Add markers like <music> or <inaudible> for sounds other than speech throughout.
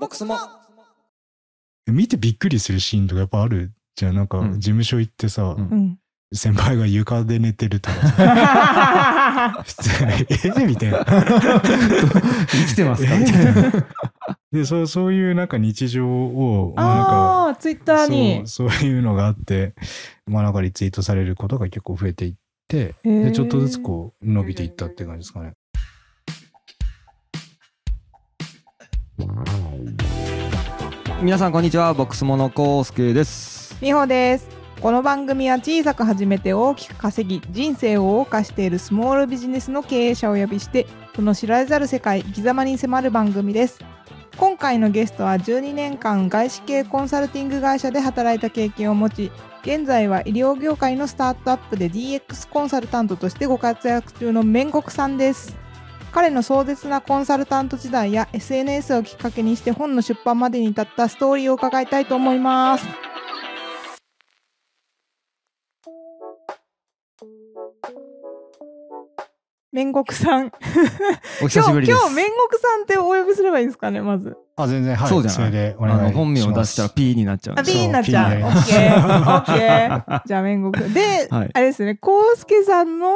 ボックスも。見てびっくりするシーンとかやっぱあるじゃんなんかうん事務所行ってさ、うんうん。先輩が床で寝てるとか <laughs> さ普通にえみたいな生きてますかみたいな。でそうそういうなんか日常をまあなんかああ、ツイッターに。そうそういうのがあって、まあ、なんかリツイートされることが結構増えていって、へでーちょっとずつこう伸びていったって感じですかね。皆さんこんにちは、ボックスモノコウスケです。みほです。この番組は小さく始めて大きく稼ぎ、人生を謳歌しているスモールビジネスの経営者をお呼びして、その知られざる世界、生き様に迫る番組です。今回のゲストは12年間外資系コンサルティング会社で働いた経験を持ち、現在は医療業界のスタートアップで DX コンサルタントとしてご活躍中の面国さんです。彼の壮絶なコンサルタント時代や SNS をきっかけにして本の出版までに至ったストーリーを伺いたいと思います。面国さん。お久し今日、ぶりで今す。日、面国さんってお呼びすればいいんですかね、まず。あ全然はいそうじゃないそれでおあ願いしまのす。本名を出したら P になっちゃうんあ、でそう B になっちゃピーう。にオなりッケー。オッケー。じゃあ、面国。で、はいあれですね、コウスケさんの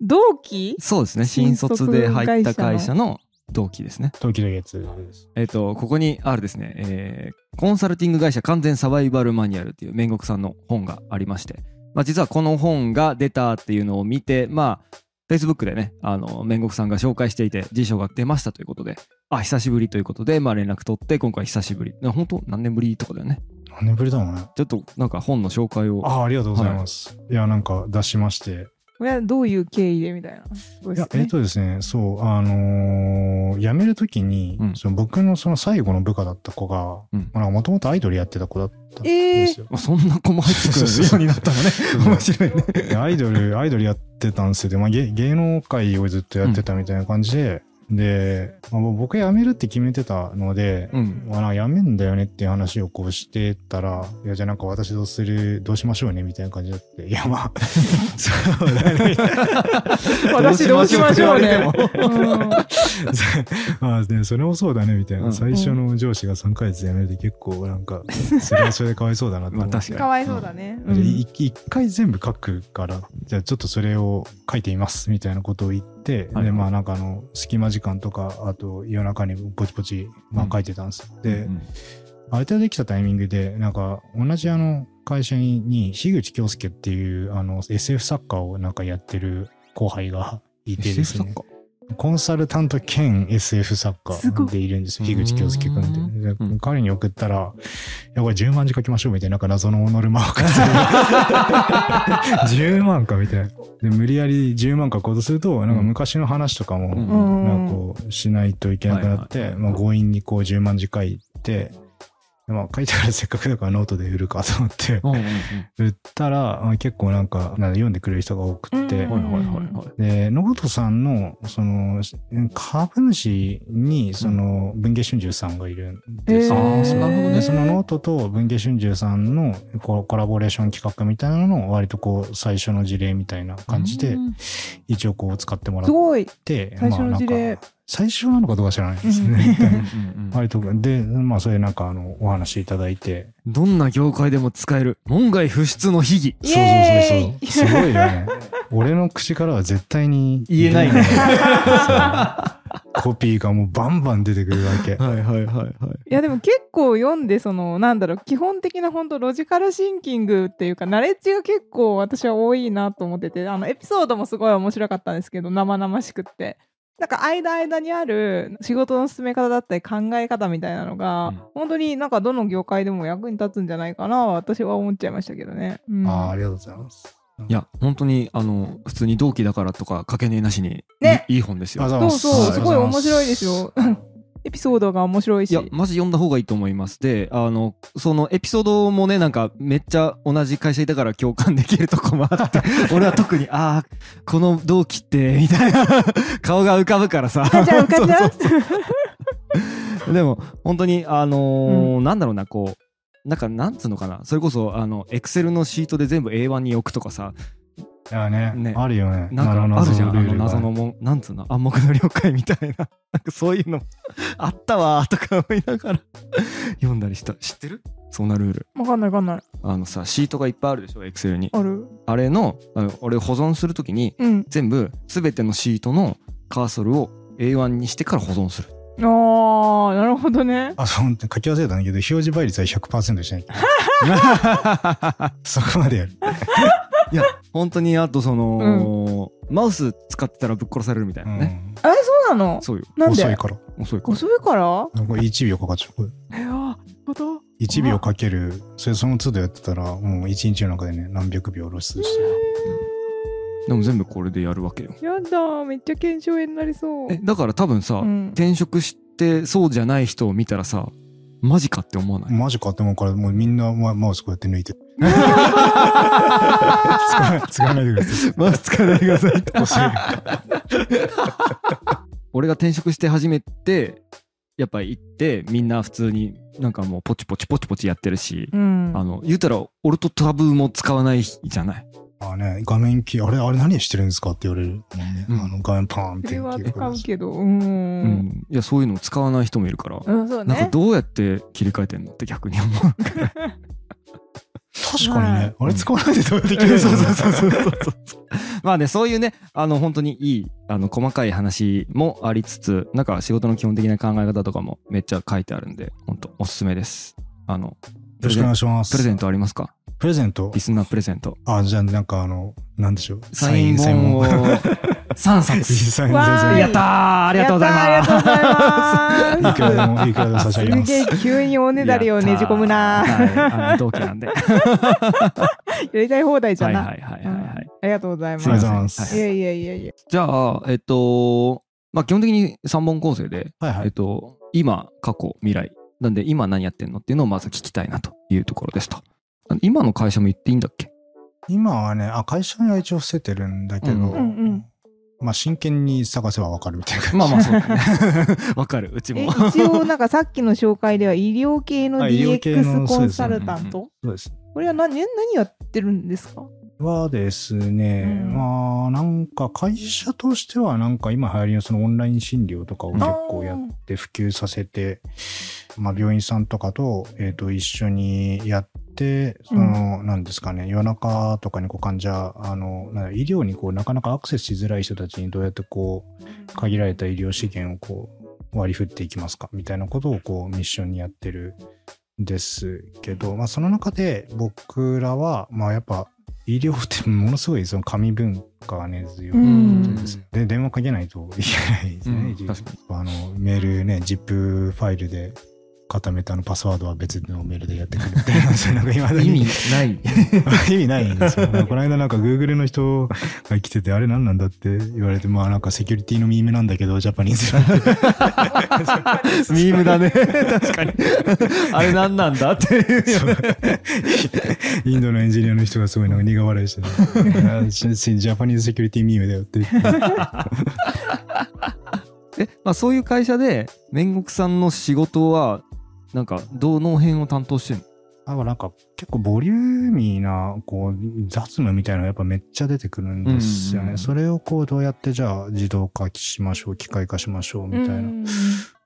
同期そうですね、新卒で入った会社の同期ですね。東京月です。えっ、と、ここにあるですね、えーコンサルティング会社完全サバイバルマニュアルっていう煉獄さんの本がありまして、まあ、実はこの本が出たっていうのを見て、まあ、Facebook でね、あの、煉獄さんが紹介していて、辞書が出ましたということで、あ、久しぶりということで、まあ連絡取って、今回久しぶり。な本当何年ぶりとかだよね。何年ぶりだもんね。ちょっとなんか本の紹介を。あありがとうございます。い、やなんか出しまして。これはどういう経緯でみたいな。すごいいでやすえっ、ね。とですねそうあのー辞めるときに、うんその僕のその最後の部下だった子がうんもともとアイドルやってた子だったんでえすーよ。まあそんな子も入ってくるそうそうよそううになったのね。 <laughs> 面白いね。でアイドル、アイドルやってたんですよ。で、まあ、芸芸能界をずっとやってたみたいな感じで、で、まあ、僕辞めるって決めてたので、うん。まあ、なんか辞めんだよねっていう話をこうしてたら、いや、じゃあなんか私どうする、どうしましょうねみたいな感じだって、いや、<laughs> まあ、そうだね。私どうしましょうね。うんま <laughs> あ、ね、それもそうだねみたいな、うん最初の上司が3ヶ月辞めるって結構なんか、それはそれでかわいそうだなって思って。まあ確かわいそうだね。うでんい一回全部書くから、じゃあちょっとそれを書いてみますみたいなことを言って、はいで、まあなんかあの、隙間時間とか、あと夜中にポチポチ、まあうん書いてたんです。うで、んある程度できたタイミングで、なんか同じあの、会社に、に樋口京介っていうあの、SF 作家をなんかやってる後輩がいてです SF ね、コンサルタント兼 SF 作すご家でいいるんですよ。樋口京介君うって。でうん彼に送ったら、いや、これ10万字書きましょうみたいな、なんか謎のノルマを課する。10万 <laughs> かみたいな。で、無理やり10万書こうとすると、なんか昔の話とかも、うんうんなんかこう、しないといけなくなって、はいはいまあ強引にこう10万字書いて、でまあ書いたからせっかくだからノートで売るかと思って、うんうんうん売ったら、まあ結構なんか、なんか読んでくれる人が多くって、うんはいはいはいはい。で、野本さんの、その、し株主に、その、文藝春秋さんがいるんですよ、へーあーそうなるほどねで、そのノートと文藝春秋さんのココラボレーション企画みたいなのを割とこう、最初の事例みたいな感じでう、ん一応こう使ってもらすっごい。て、最初のまあ事例なんか、最初なのかどうか知らないです <laughs> ね。うんうん割と、で、まあ、それなんか、あの、お話しいただいて、どんな業界でも使える門外不出の秘技。イエーイそうそうそうそう。すごいよね。俺の口からは絶対に言えないね。そうコピーがもうバンバン出てくるわけ。はいはいはいはい。いやでも結構読んでそのなんだろう基本的な本当ロジカルシンキングっていうかナレッジが結構私は多いなと思っててあのエピソードもすごい面白かったんですけど生々しくってなんか間間にある仕事の進め方だったり考え方みたいなのが、うん本当になんかどの業界でも役に立つんじゃないかな私は思っちゃいましたけどね。うんああ、ありがとうございます。いや、本当に、あの、普通に同期だからとか、かけねえなしに、ねいいい本ですよ。ありがとそううございますそうすごありいがとう面ござ白いまですよ。 <laughs> エピソードが面白いいし。や、マジ読んだ方がいいと思います。で、あの、そのエピソードもね、なんか、めっちゃ同じ会社いたから共感できるとこもあって、俺は特に、ああ、この同期って、みたいな <laughs> 顔が浮かぶからさ。浮かん <laughs> じゃう浮か <laughs> んじゃうでも本当にあのーなんだろうなこうなんかなんつうのかなそれこそあのエクセルのシートで全部 A1 に置くとかさいやねねあるよね。なんかあるじゃんあルールのが謎のもんなんつうの暗黙の了解みたいな <laughs> なんかそういうのあったわーとか思いながら読んだりした知ってるそんなルール <laughs> わかんないわかんない。あのさシートがいっぱいあるでしょエクセルにある。あれのあの俺保存するときにうん。全部全てのシートのカーソルを A1 にしてから保存 <laughs> するああ、なるほどね。あ、そう、書き忘れたんだけど、表示倍率は100%にしなきゃいけない。そこまでやる。いや本当にあとその、マウス使ってたらぶっ殺されるみたいうなんね、え、そうなのそうよなん遅いでから。遅いから遅いからこれ1秒かかっちゃう。これえあ、本当1秒かける、それその都度やってたら、もう1日の中でね、何百秒露出してる。でも全部これでやるわけよやだ、めっちゃ検証炎になりそう。えだから多分さ、うん。転職してそうじゃない人を見たらさマジかって思わない、マジかって思うから、もうみんなママウスこうやって抜いて。使わ使わないでください。マウス使わないでください遅い俺が転職して初めてやっぱ行ってみんな普通になんかもうポチポチポチポチやってるし、うん。あの言うたら俺とタブーも使わないじゃないまあね、画面キー、あれ、あれ何してるんですかって言われるもんね。うんあの画面パーンっそてれは消えるか使らう。けど。うん。ううん、んいやそういうのを使わない人もいるから、そうなんかね。どうやって切り替えてんのって逆に思う確かにね、うんあれ使わないでどうやってそ消うえるそのうそうそうそう <laughs> まあねそういうねあの本当にいいあの細かい話もありつつなんか仕事の基本的な考え方とかもめっちゃ書いてあるんで本当おすすめですあのよろしくお願いします。プレゼントありますかプレゼントリ。スナープレゼントあ、じゃあなんかあの、なんでしょう。サイン本をサイン <laughs> 3冊サインわー全 <laughs> いや然ったーありがとうございやまっすたありいがくとうございらま。でも、いくらでも差し上げますす。すげえ急におねだりをねじ込むやっな。たーはいあの同期なんではいやりたい放題じ <laughs> ゃはいな。はいはいうんはいありがとうございます。すいませんいやいやいやいや。じゃあ、えっと、まあ、基本的に3本構成で、はいはえっい。と、今、過去、未来。なんで、今何やってんのっていうのをまず聞きたいなというところですと。あの今の会社も言っていいんだっけ今はね、あ、会社には一応伏せてるんだけど、うんうんうんまあ真剣に探せばわかるみたいな感じ。まあまあ、そうだね。 <laughs> わかる、うちえも。一応なんかさっきの紹介では医療系のあ医療系の DX コンサルタンそトそうです。これは何何やってるんですかはですね、うんまあなんか会社としてはなんか今流行りのそのオンライン診療とかを結構やっあて普及させて、まあ、病院さんとかと,、えー、と一緒にやってその、なんですかね夜中とかにこう患者あのなんだ医療にこうなかなかアクセスしづらい人たちにどうやってこう限られた医療資源をこう割り振っていきますかみたいなことをこうミッションにやってるんですけど、まあ、その中で僕らは、まあ、やっぱ医療ってものすごいその紙文化が根強い。うんですよで電話かけないといけないですね、うんいちい確ちかにあのメールね ZIP ファイルで固めたあのパスワードは別のメールでやってくるみたい <laughs> なそういうのが未だに意味ない。 <laughs> 意味ないんですよ。この間なんか Google の人が来てて、あれ何なんだって言われて、まあなんかセキュリティのミームなんだけど、ジャパニー <laughs> ズなんて。ミームだね。確かに。あれ何なんだっていうよね。インドのエンジニアの人がすごいなんか苦笑いしてて、 <laughs> あししジャパニーズセキュリティミームだよって言って。え、まあ、そういう会社で、煉獄さんの仕事は、なんか、どの辺を担当してんのあなんか結構ボリューミーなこう雑務みたいなのがやっぱめっちゃ出てくるんですよね。うんうんそれをこうどうやってじゃあ自動化しましょう、機械化しましょうみたいな。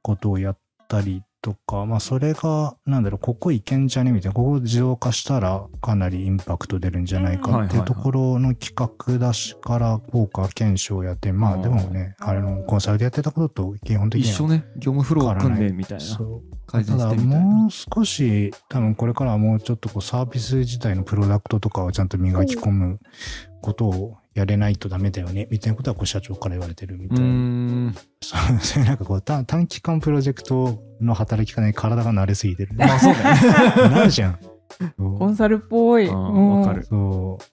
ことをやったりとか、まあそれが、なんだろう、ここいけんじゃねみたいな、ここ自動化したらかなりインパクト出るんじゃないうんかっていうところの企画出しから効果検証やって、まあでもね、あれのコンサルでやってたことと基本的一に緒はね、業務フロー組んでみたいな。そう改善たしだてみたいな。もう少し多分これからはもうちょっとこうサービス自体のプロダクトとかをちゃんと磨き込むことをやれないとダメだよねみたいなことはこう社長から言われてるみうたいー。なんそうそう <laughs> いうなんかこう短短期間プロジェクトの働き方に体が慣れすぎてる。まあそうだね。 <laughs> なる <laughs> じゃん。そうコンサルっぽい。あーうんわかるそう。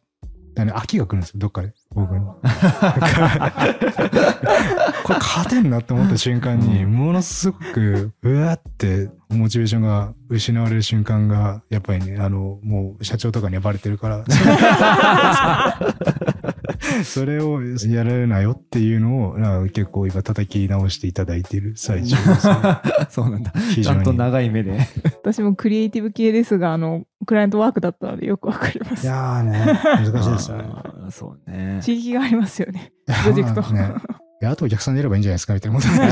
だからね、秋が来るんですよ、どっかで、僕に。だから <laughs> これ勝てんなって思った瞬間に、うものすごく、うわーって、モチベーションが失われる瞬間が、やっぱりね、あの、もう社長とかにはバレてるから、それをやられるなよっていうのを、なんか結構今叩き直していただいている最中ですね。 <laughs> そうなんだ。非ち <laughs> 常ゃんに。と長い目で。私もクリエイティブ系ですが、あの、クライアントワークだったのでよくわかり <laughs> まい <laughs> す。やーね、難しいですよね。あーあそうね。地域がありますよね。プロジェクト。ねいやあとお客さんでやればいいんじゃないですかみたいなもんですね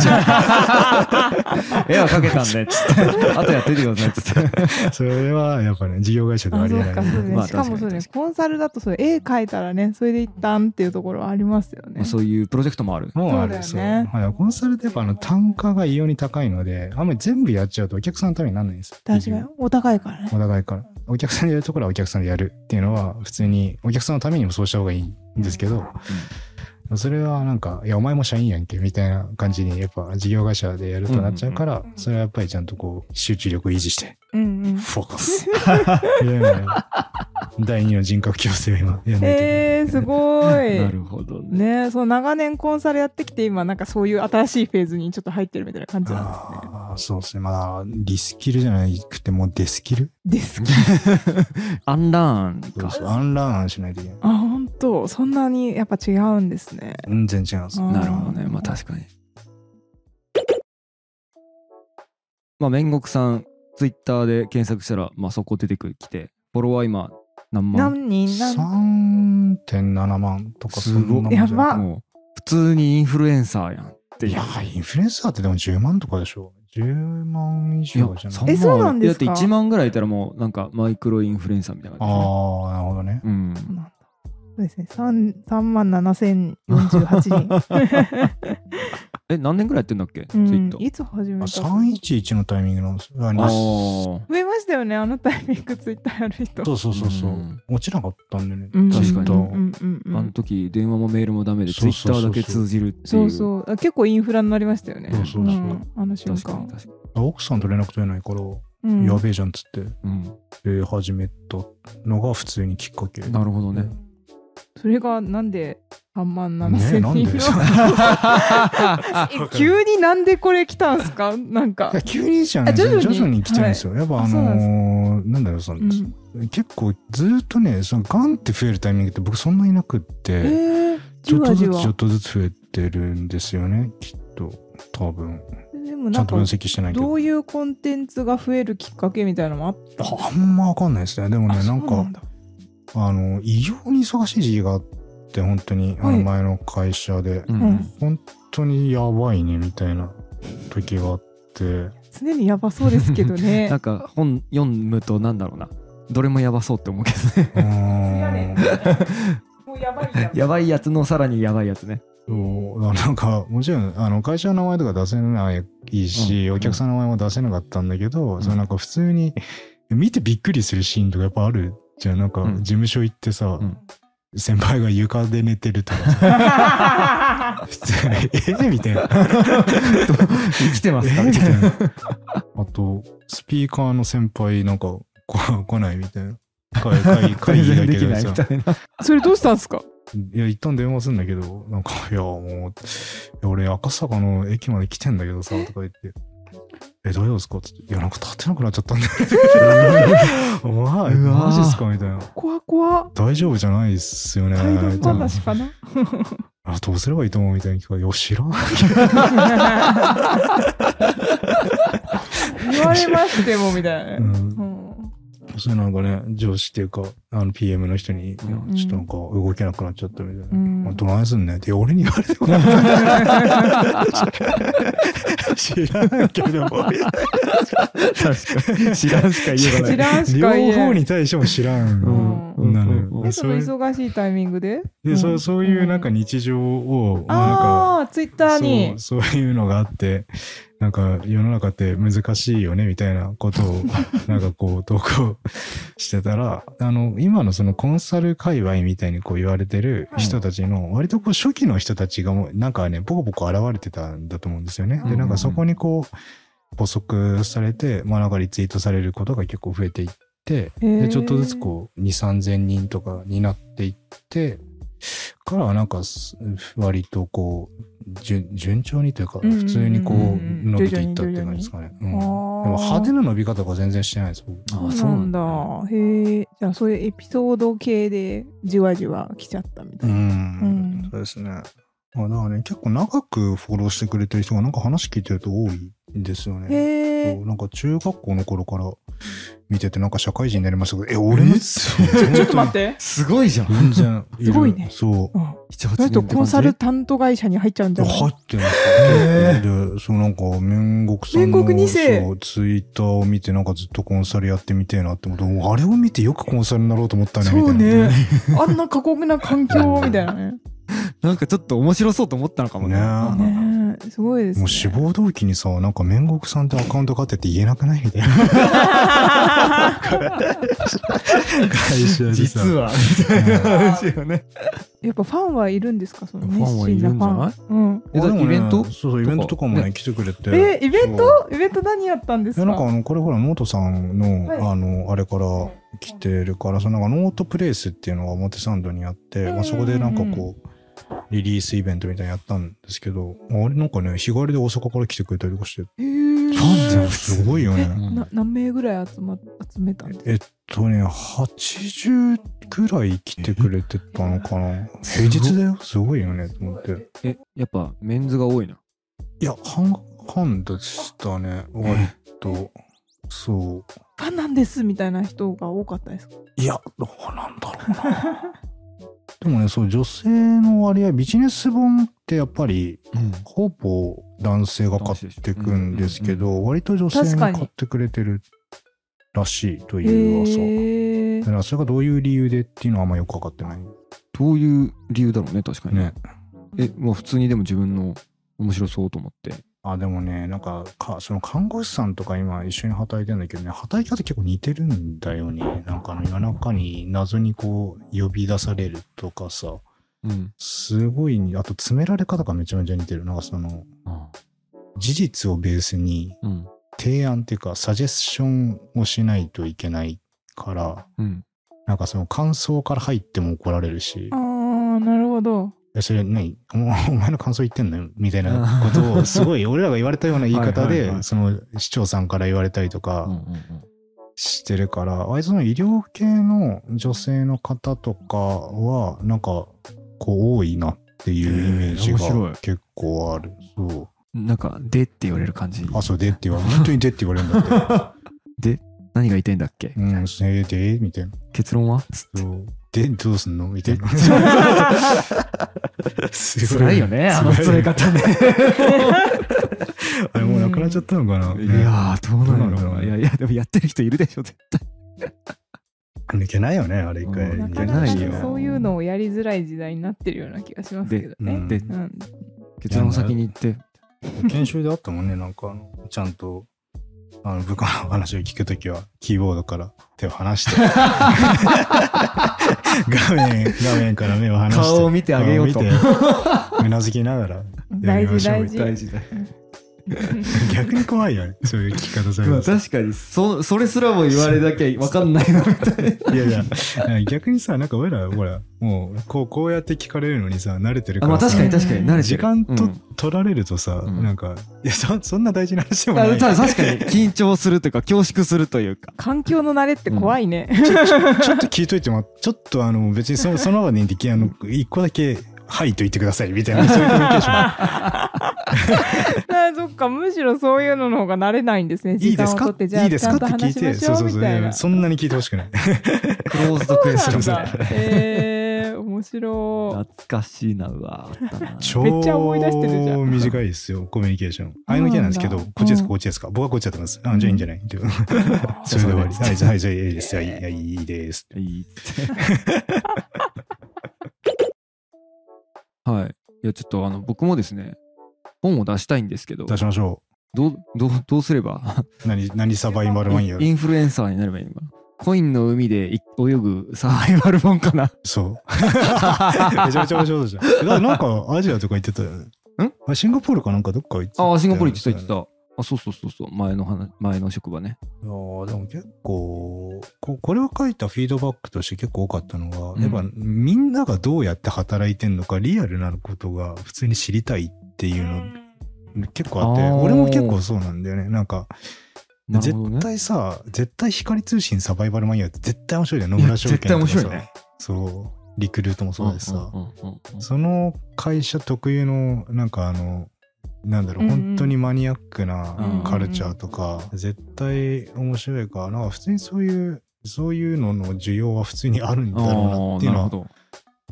絵はかけたんで、つって <laughs> あとやっててください、つって。 <laughs> それはやっぱね事業会社ではあありそえうないかそうねまあしかも確そかうにねコンサルだとそう絵描いたらねそれで一旦っていうところはありますよねまあそういうプロジェクトもある。もうあれそうだよねはい、コンサルってやっぱあの単価が異様に高いので、あんまり全部やっちゃうとお客さんのためにならないんですよ。確かにお高いからねお互いから。お客さんでやるところはお客さんでやるっていうのは、普通にお客さんのためにもそうした方がいいんですけど、それはなんか、いや、お前も社員やんけみたいな感じに、やっぱ事業会社でやるとなっちゃうから、うんそれはやっぱりちゃんとこう、集中力を維持して、うんうんフォーカス。 <laughs> みたいな第二の人格矯正を今やんないといけえー、すご <laughs> いなるほどね。ねその長年コンサルやってきて今なんかそういう新しいフェーズにちょっと入ってるみたいな感じない。なんですねああ、そうですね。まあ、リスキルじゃなくて、もうデスキルですけどアンラーンそうか。そう、アンラーンしないといけない。あ本当そんなにやっぱ違うんですね全然違うんです。あーなるほどね。まあ確かに。まあ、煉獄さん、ツイッターで検索したら、まあそこ出てくきて、フォロワー今、何万何人何3.7万とかそんなもんじゃすごいやばもう、普通にインフルエンサーやんっていや、インフルエンサーってでも10万とかでしょ。10万以いや上じゃないえそうなんですかだって1万ぐらいいたらもうなんかマイクロインフルエンサーみたいなあ感じですねあ、なるほどね。うんそうなんだそうですね三三万七千四十八 <laughs> 人え何年ぐらいやってんだっけツうイんッターいつ始めあた311のタイミングなんですああそー。増えましたよねあのタイミングツイッターやる人うそうそうそううん落ちなかったんでね。うん確かにずっとうんうんうんうあのん時電話もメールもダメでツそイうッそうターそうそうだけ通じるっていうそうそうあ結構インフラになりましたよねそうそうそうんあの瞬確かに間確か奥さんと連絡取れないから、うんやべえじゃんっつって、に、うん、で始めたのが普通にきっかけ。なるほどねそれがなんで3万7ねえ千なんで <laughs> 人のえ急になんでこれ来たんすかなんかいや急にじゃないですあ徐よ々徐に々に来てるんですよ。やっぱああそうなんですのーなんだろう、そのうん結構ずーっとね、そのガンって増えるタイミングって僕そんなになくって。えーちじょっとわずじつわちょっとずつ増えてるんですよね、きっと。多分。でもちなゃんんとか分析してないけど。どういうコンテンツが増えるきっかけみたいなのもあっあんまわかんないですね。でもたね、なんそうか、だあの、異様に忙しい時期があって、本当に、あはのい前の会社で、ううんん本当にやばいね、みたいな時があ <laughs> って、常にやばそうですけど <laughs> ねなんか本読むとなんだろうなどれもやばそうって思うけどね <laughs> う <laughs> ーん。もうやばいややばいやつのさらにやばいやつ <laughs> ねそうだからなんかもちろんあの会社の名前とか出せないし、うんお客さんの名前も出せなかったんだけど、んそのなんか普通に見てびっくりするシーンとかやっぱあるじゃんなんかうん事務所行ってさ、うん先輩が床で寝てると <laughs> かさ普通にえみたいな生きてますかえみみたたいいななあとスピーカーの先輩なんかこ来ないみたいな会会会改議善だでけきなどいさみたいな <laughs> それどうしたんすかいや、一旦電話するんだけど、なんか、いや、もう、いや俺、赤坂の駅まで来てんだけどさ、とか言って、え、どうですかって言って、いや、なんか立てなくなっちゃったんだよ。 <laughs> お前、うわーマジっすかみたいな。怖怖大丈夫じゃないっすよね。態度みたいな話かなあどうすればいいと思うみたいな聞かれて、よ、知らん。言われましてもみたいなうんね、うんそれなんかね、上司っていうか、あの、PM の人に、いやちょっんとなんか動けなくなっちゃったみたいな。うんまあどないすんねんって、いや俺に言われてもらった。知らんけど、確かに知らんしか言えない知らんし両か言えん方に対しても知らん。うんうんなのようんえでそそうのいう忙しいタイミングでで、そうそういうなんかん日常を、まあなんかああツイッターにそうそういうのがあってなんか世の中って難しいよねみたいなこと <laughs> をなんかこう投稿してたらあの今のそのコンサル界隈みたいにこう言われてる人たちの割とこう初期の人たちがもうなんかねポコポコ現れてたんだと思うんですよね。うでんなんかそこにこう補足されてまあなんかリツイートされることが結構増えていってへでーちょっとずつこう2 3千人とかになっていってからはなんかす割とこう順順調にというかうんうんうんうん普通にこう伸びていったっていう感じですかね。うんでもも派手な伸び方が全然してないです僕あーそうなんだだへえじゃあそういうエピソード系でじわじわ来ちゃったみたういな、んうんそうですね。まあだからね結構長くフォローしてくれてる人がなんか話聞いてると多いんですよね。へそえうなんか中学校の頃から見てて、なんか社会人になりましたけど、え、俺の、えそうちょっと待って。すごいじゃん。全然る <laughs> すごいねそう。うん7、そ8れとコンサルタント会社に入っちゃうんじゃない入ってますへで、そうなんか、面国さんの面国二世そうツイッターを見て、なんかずっとコンサルやってみてえなって思って、あれを見てよくコンサルになろうと思ったね、みたいそな。うね。あんな過酷な環境 <laughs> みたいなね。なんかちょっと面白そうと思ったのかもね。ねねえすごいですね。もう志望動機にさ、なんか面国さんってアカウント買ってって言えなくないみたいな。会社で実さ。は、みたいな話よね。やっぱファンはいるんですかそのファンは熱い心るじなんフゃないァン。えだってイベントでもねそうそう、イベントとかもね、来てくれて。うん。え、イベンそうトイベント何やったんですいやかなんかあのこれほらノートさんの、はいあのあれから来てるからそのなんかノートプレイスっていうのが表参道にあって、うんまあ、そこでなんかこうリリースイベントみたいなのやったんですけどあれなんかね日帰りで大阪から来てくれたりとかしてへーなんだすごいよねな何名ぐらい集ま集めたんですかえっとね80くらい来てくれてたのかなすご平い日だよすごいよねと思ってえ、やっぱメンズが多いな。いや半々でしたね割とそうファンなんですみたいな人が多かったですかいや、どうなんだろうな。 <laughs> でもね、そう、女性の割合、ビジネス本ってやっぱり、ほぼ男性が買ってくんですけど、割と女性確がかに買ってくれてるらしいとへいう噂。ーだからそれがどういう理由でっていうのはあんまよくわかってない。どういう理由だろうね、確かに。ね。え、もう普通にでも自分の面白そうと思って。あ、でもね、なんかか、その看護師さんとか今一緒に働いてるんだけどね、働き方結構似てるんだよね。なんかあの夜中に謎にこう呼び出されるとかさ。うん。すごいに、あと詰められ方がめちゃめちゃ似てる。なんかその、事実をベースにうん。提案っていうか、サジェッションをしないといけないから、うん。なんかその感想から入っても怒られるしあ、ーなるほど。えそれ何 <laughs> おお前の感想言ってんのみたいなことを、すごい俺らが言われたような言い方はいはいはで、いその市長さんから言われたりとうかんうんしてるから、あいつの医療系の女性の方とかは、なんか、こう多いなっていうイメージへー面白がい結構ある。そう。うんなんか、でって言われる感じ。あ、そうでって言われる。本当にでって言われる <laughs> んだって。で、何が言いたいんだっけうん、えでみたいな。結論はつっそうで、どうすんのみたいな。てすご辛いよね、あの辛詰いめ方 <laughs> ね。あれもうなくなっちゃったのかな。いやー、どうなんだどうなんだろろう。うねいやいや、でもやってる人いるでしょ、絶対。抜けないよね、あれ一回。うんな抜かけななかいねよ。そういうのをやりづらい時代になってるような気がしますけどうねん。で、うん結論先に行って。研修であったもんね、なんかあの、ちゃんと、あの、部下の話を聞くときは、キーボードから手を離 <laughs> して、画面、画面から目を離して、顔を見てあげようと顔を見てうなずきながら、大事大事。大事だ。逆に怖いよね、そういう聞き方されまるあと確かにそそれすらも言われなきゃ分かんないなみたいいやいや、逆にさ、なんか俺ら、ほら、もう、こう、こうやって聞かれるのにさ、慣れてるなからさ、に慣時間と、うん取られるとさ、うんなんか、いや、そ、そんな大事な話でもあない。ただ確か <laughs> に緊張するというか恐縮するというか環境の慣れって怖いね。ちょっと聞いといても、ちょっとあの、別にそその場でいいんで、あの、一個だけ、はいと言ってください、みたいな、そういうコミュニケーション。あそっか、むしろそういうのの方が慣れないんですね。いい <laughs> 時で間すをか取っってて、じゃ聞あ、いて、ちそゃうんそうそうと話しましょうみそうたいな。そんなに聞いてほしくない。クローズドクエスチョンそうなんなだんえー、面白懐かしいなうわあったな超めっちゃ思い出してるじゃん短いですよ、コミュニケーション。あいのけなんですけど、うんこっちですか、こっちですか。僕はこっちだと思います。あ、じゃあいいんじゃない <laughs> っていうそれで終わり。はい、はい、それでいいです。はい、はいいい <laughs> です。いいってはいいやちょっとあの僕もですね本を出したいんですけど出しましょどうどうどうすればう。何、何サバイバルマンやインフルエンサーになればいいのかなコインの海でい泳ぐサバイバル本かなそう。めちゃめちゃ面白いじゃん。だからなんかアジアとか行ってたよね。んあシンガポールかなんかどっか行ってたよねああシンガポール行ってた行ってたあそうそうそうそう前の話前の職場ねいやーでも結構こ、これを書いたフィードバックとして結構多かったのが、うんやっぱみんながどうやって働いてんのか、リアルなことが普通に知りたいっていうの結構あって、あー俺も結構そうなんだよね。なんか、なるほどね絶対さ、絶対光通信サバイバルマニアって絶対面白いじゃん。野村証券とかさ。いや絶対面白いねそう。リクルートもそうですさ。んうんうんうんその会社特有の、なんかあの、なんだろう、うんうん本当にマニアックなうんカルチャーとか、絶対面白いからなんか普通にそういうそういうのの需要は普通にあるんだろうなっていうなるほのはど。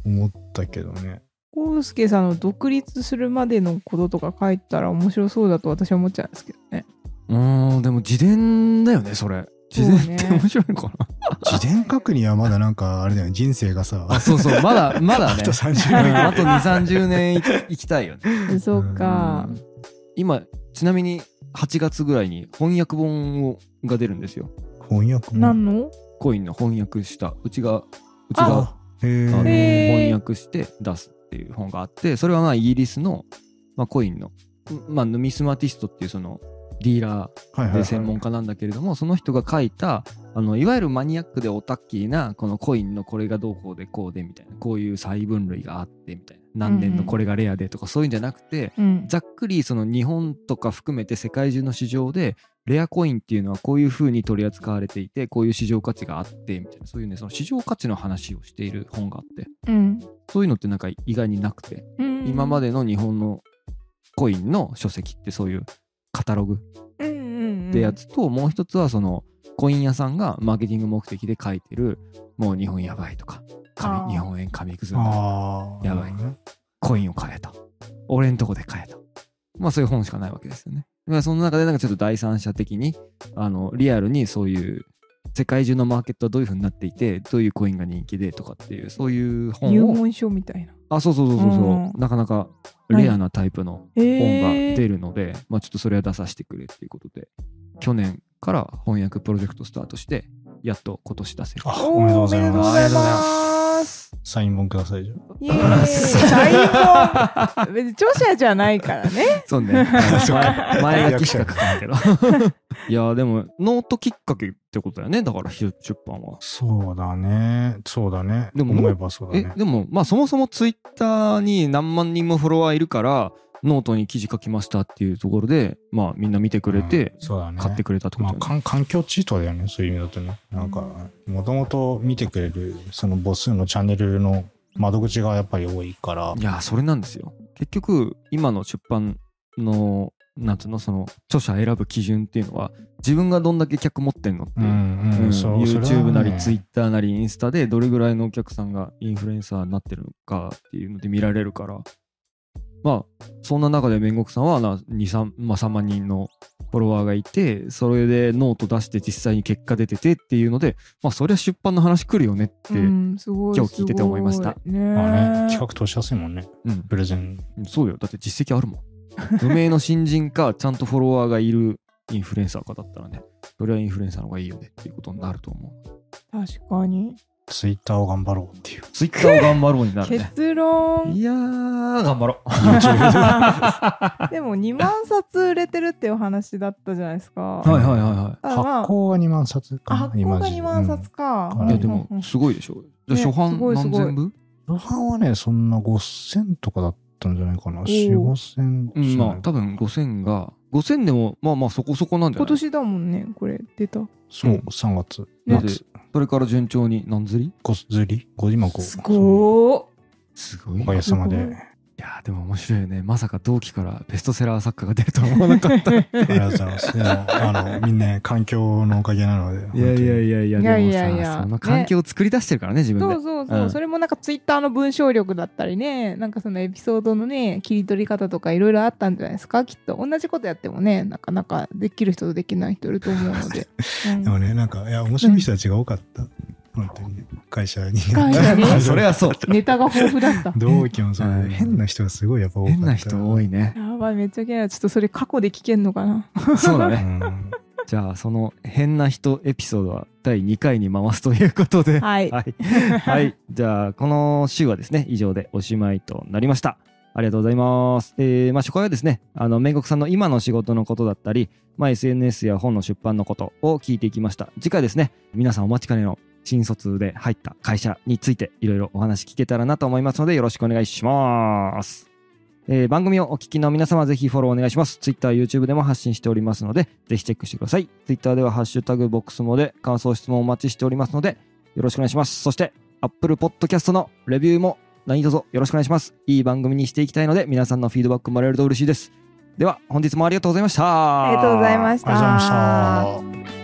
思ったけどね。コウスケさんの独立するまでのこととか書いたら面白そうだと私は思っちゃうんですけどね。うーん、でも自伝だよね、それ。自伝ってそうね面白いのかな。自伝確認はまだなんかあれだよね人生がさあ、そうそう、まだ、まだあねと。30うん年あと2、30年い生きたいよね。そうかう。ん今、ちなみに8月ぐらいに翻訳本をが出るんですよ。翻訳も何のコインの翻訳した、うちが、うちがあへあのーへー翻訳して出すっていう本があってそれはまあイギリスの、まあ、コインの、まあ、ヌミスマティストっていうそのディーラはいはーいはでい専門家なんだけれどもその人が書いたあのいわゆるマニアックでオタッキーなこのコインのこれがどうこうでこうでみたいなこういう細分類があってみたいな何年のこれがレアでとかそういうんじゃなくてうん。ざっくりその日本とか含めて世界中の市場でレアコインっていうのはこういうふうに取り扱われていてこういう市場価値があってみたいなそういうねその市場価値の話をしている本があってうん。そういうのってなんか意外になくて、今まで。での日本のコインの書籍ってそういうカタログうんうんうん。ってやつと、もう一つはそのコイン屋さんがマーケティング目的で書いてるもう日本やばいとかあー紙日本円紙くずだあーやばいなるほどねコインを買えた俺んとこで買えたまあそういう本しかないわけですよねまあその中でなんかちょっと第三者的にあのリアルにそういう世界中のマーケットはどういう風になっていてどういうコインが人気でとかっていうそういう入本を門書みたいな。あそうそうそうそうそう、うんなかなかレアなタイプの本がえ出るので、まあ、ちょっとそれは出させてくれっていうことで去年から翻訳プロジェクトスタートしてやっと今年出せるあおーおめでとうございおまめでとうございすます。サイン本くださいじゃイエーイ。最高。別に著者じゃないから <laughs> ね。 <laughs> そうねそう前前書きしか書かないけど <laughs> いやでもノートきっかけってことだよねだから出版はそうだねそうだねでも思えばそうだえねでもまあそもそもツイッターに何万人もフォロワーいるからノートに記事書きましたっていうところでまあみんな見てくれてうんそうだね買ってくれたってことまあ、だよねかん環境チートだよねそういう意味だとねなんかもともと見てくれるその母数のチャンネルの窓口がやっぱり多いからいやそれなんですよ結局今の出版のなんつうのその著者選ぶ基準っていうのは自分がどんだけ客持ってんのってういう、んううんんそう YouTube なりツイ Twitter なりインスタでどれぐらいのお客さんがインフルエンサーになってるのかっていうので見られるからまあそんな中で煉獄さんはな23、まあ、3万人のフォロワーがいてそれでノート出して実際に結果出ててっていうのでまあそりゃ出版の話来るよねって、うんん、すご今日聞いてて思いましたすごいねまあね企画通しやすいもんねプレゼンそうよだって実績あるもん無名の新人かちゃんとフォロワーがいるインフルエンサーかだったらねそれはインフルエンサーの方がいいよねっていうことになると思う確かに。ツイッターを頑張ろうっていうツイッターを頑張ろうになる <laughs> ね結論。いやー頑張ろうでも2万冊売れてるっていうお話だったじゃないですか。 <laughs> いはいはいはいはあ発まあ行が2万冊かあな発行が2万冊か。うんいいやうんでもすごいでしょじゃあね初版すごいす何ごい千部今時初版はねそんな5000とかだったんじゃないかなお4 5うん0まあ0多分5000が5000でもまあまあそこそこなんじゃ今ない年だもんね、これ出た。そううん3月ね夏それから順調に何釣り5ずり5今5すごすごいおかげいさまですごいやーでも面白いよねまさか同期からベストセラー作家が出るとは思わなかったいありがとうございます。でも、あの、みんなね環境のおかげなので。やいやいやいやいでもやさいやいやその環境を作り出してるからね自ー分そでうそうそう、うんそれもなんかツイッターの文章力だったりねなんかそのエピソードのね切り取り方とかいろいろあったんじゃないですかきっと同じことやってもねなかなかできる人とできない人いると思うので、うんでもね、なんか、いや、面白い人たちが多かった。本当にね。会社に。会社に <laughs> <laughs> それはそう。ネタが豊富だった同期もそうだけどうん変な人がすごいやっぱ多かった。変な人多いね。やばいめっちゃ嫌いちょっとそれ過去で聞けんのかなそうだうね。ん。 <laughs> じゃあ、その変な人エピソードは第2回に回すということ <laughs> で。はいはい。はいじゃあ、この週はですね、以上でおしまいとなりました。ありがとうございます。えーまあ、初回はですね、あの、明国さんの今の仕事のことだったり、まあ、SNS や本の出版のことを聞いていきました。次回ですね、皆さんお待ちかねの新卒で入った会社についていろいろお話聞けたらなと思いますので、よろしくお願いします。えー番組をお聞きの皆様ぜひフォローお願いします。Twitter、YouTube でも発信しておりますので、ぜひチェックしてください。Twitter ではハッシュタグボックスモで感想質問をお待ちしておりますので、よろしくお願いします。そして、Apple Podcast のレビューも何卒よろしくお願いします。いい番組にしていきたいので、皆さんのフィードバックもらえると嬉しいです。では本日もありがとうございましたありがとうございまし。ありがとうございましたた。